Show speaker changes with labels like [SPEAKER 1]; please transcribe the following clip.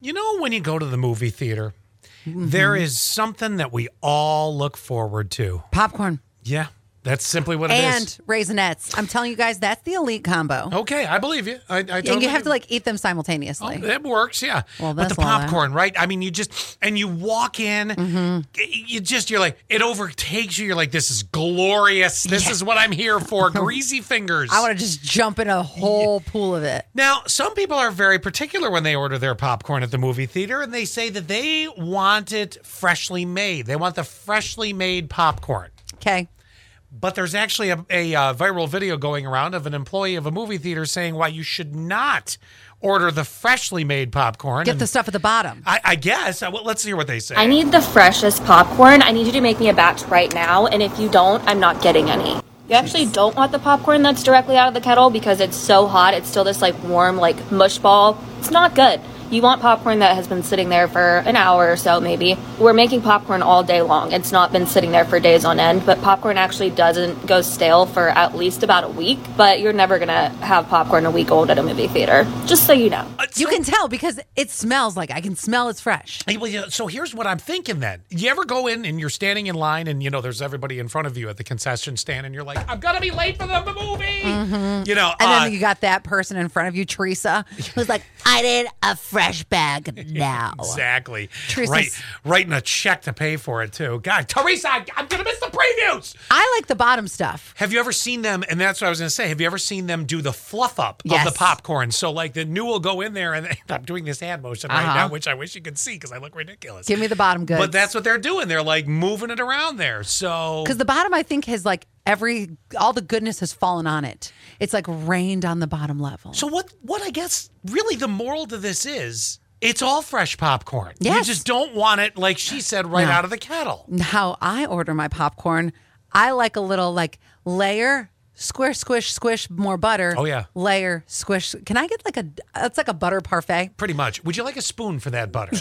[SPEAKER 1] You know, when you go to the movie theater,
[SPEAKER 2] Mm-hmm.
[SPEAKER 1] there is something that we all look forward to.
[SPEAKER 2] Popcorn
[SPEAKER 1] Yeah, that's simply what it is.
[SPEAKER 2] and raisinets. I'm telling you guys, that's the elite combo.
[SPEAKER 1] Okay, I believe you. I, I totally Oh,
[SPEAKER 2] and you have to like eat them simultaneously.
[SPEAKER 1] That works, yeah.
[SPEAKER 2] Well,
[SPEAKER 1] but the
[SPEAKER 2] that's a lot. Mm-hmm.
[SPEAKER 1] popcorn, right? I mean, you just and you walk in, you just you're like it overtakes you. You're like, this is glorious. This is what I'm here for. Greasy fingers.
[SPEAKER 2] I want to just jump in a whole pool of it.
[SPEAKER 1] Now, some people are very particular when they order their popcorn at the movie theater and they say that they want it freshly made. They want the freshly made popcorn.
[SPEAKER 2] Okay.
[SPEAKER 1] But there's actually a, a uh, viral video going around of an employee of a movie theater saying why you should not order the freshly made popcorn.
[SPEAKER 2] Get
[SPEAKER 1] And
[SPEAKER 2] the stuff at the bottom.
[SPEAKER 1] I, I guess. Uh, well, let's hear what they say.
[SPEAKER 3] I need the freshest popcorn. I need you to make me a batch right now, and if you don't, I'm not getting any. You actually don't want the popcorn that's directly out of the kettle because it's so hot. It's still this like warm, like mush ball. It's not good. You want popcorn that has been sitting there for an hour or so, maybe. We're making popcorn all day long. It's not been sitting there for days on end, but popcorn actually doesn't go stale for at least about a week. But you're never gonna have popcorn a week old at a movie theater, just so you know.
[SPEAKER 1] Uh,
[SPEAKER 2] You can tell because it smells like I can smell it's fresh.
[SPEAKER 1] Hey, well, yeah, so here's what I'm thinking then. You ever go in and you're standing in line and you know there's everybody in front of you at the concession stand and you're like, I'm gonna be late for the movie. You know,
[SPEAKER 2] Mm-hmm. And
[SPEAKER 1] uh,
[SPEAKER 2] then you got that person in front of you, Teresa, who's like, I need a fresh bag now.
[SPEAKER 1] Exactly.
[SPEAKER 2] Teresa's-
[SPEAKER 1] Right, writing a check to pay for it too. God, Teresa, I, I'm gonna miss the previews.
[SPEAKER 2] I like the bottom stuff.
[SPEAKER 1] Have you ever seen them? And that's what I was gonna say. Have you ever seen them do the fluff up
[SPEAKER 2] Yes.
[SPEAKER 1] of the popcorn? So like the new will go in there and I'm doing this hand motion right now, which I wish you could see because I look ridiculous.
[SPEAKER 2] Uh-huh. Give me the bottom good.
[SPEAKER 1] but that's what they're doing. They're like moving it around there. So
[SPEAKER 2] because the bottom, I think, has like every, all the goodness has fallen on it. It's like rained on the bottom level.
[SPEAKER 1] So what? What I guess really the moral to this is. It's all fresh popcorn. You
[SPEAKER 2] Yes.
[SPEAKER 1] just don't want it, like she said, right out of the kettle.
[SPEAKER 2] how I order my popcorn, I like a little like layer, squish, squish, squish, more butter.
[SPEAKER 1] Oh, yeah.
[SPEAKER 2] layer, squish. Can I get like a? It's like a butter parfait.
[SPEAKER 1] Pretty much. Would you like a spoon for that butter?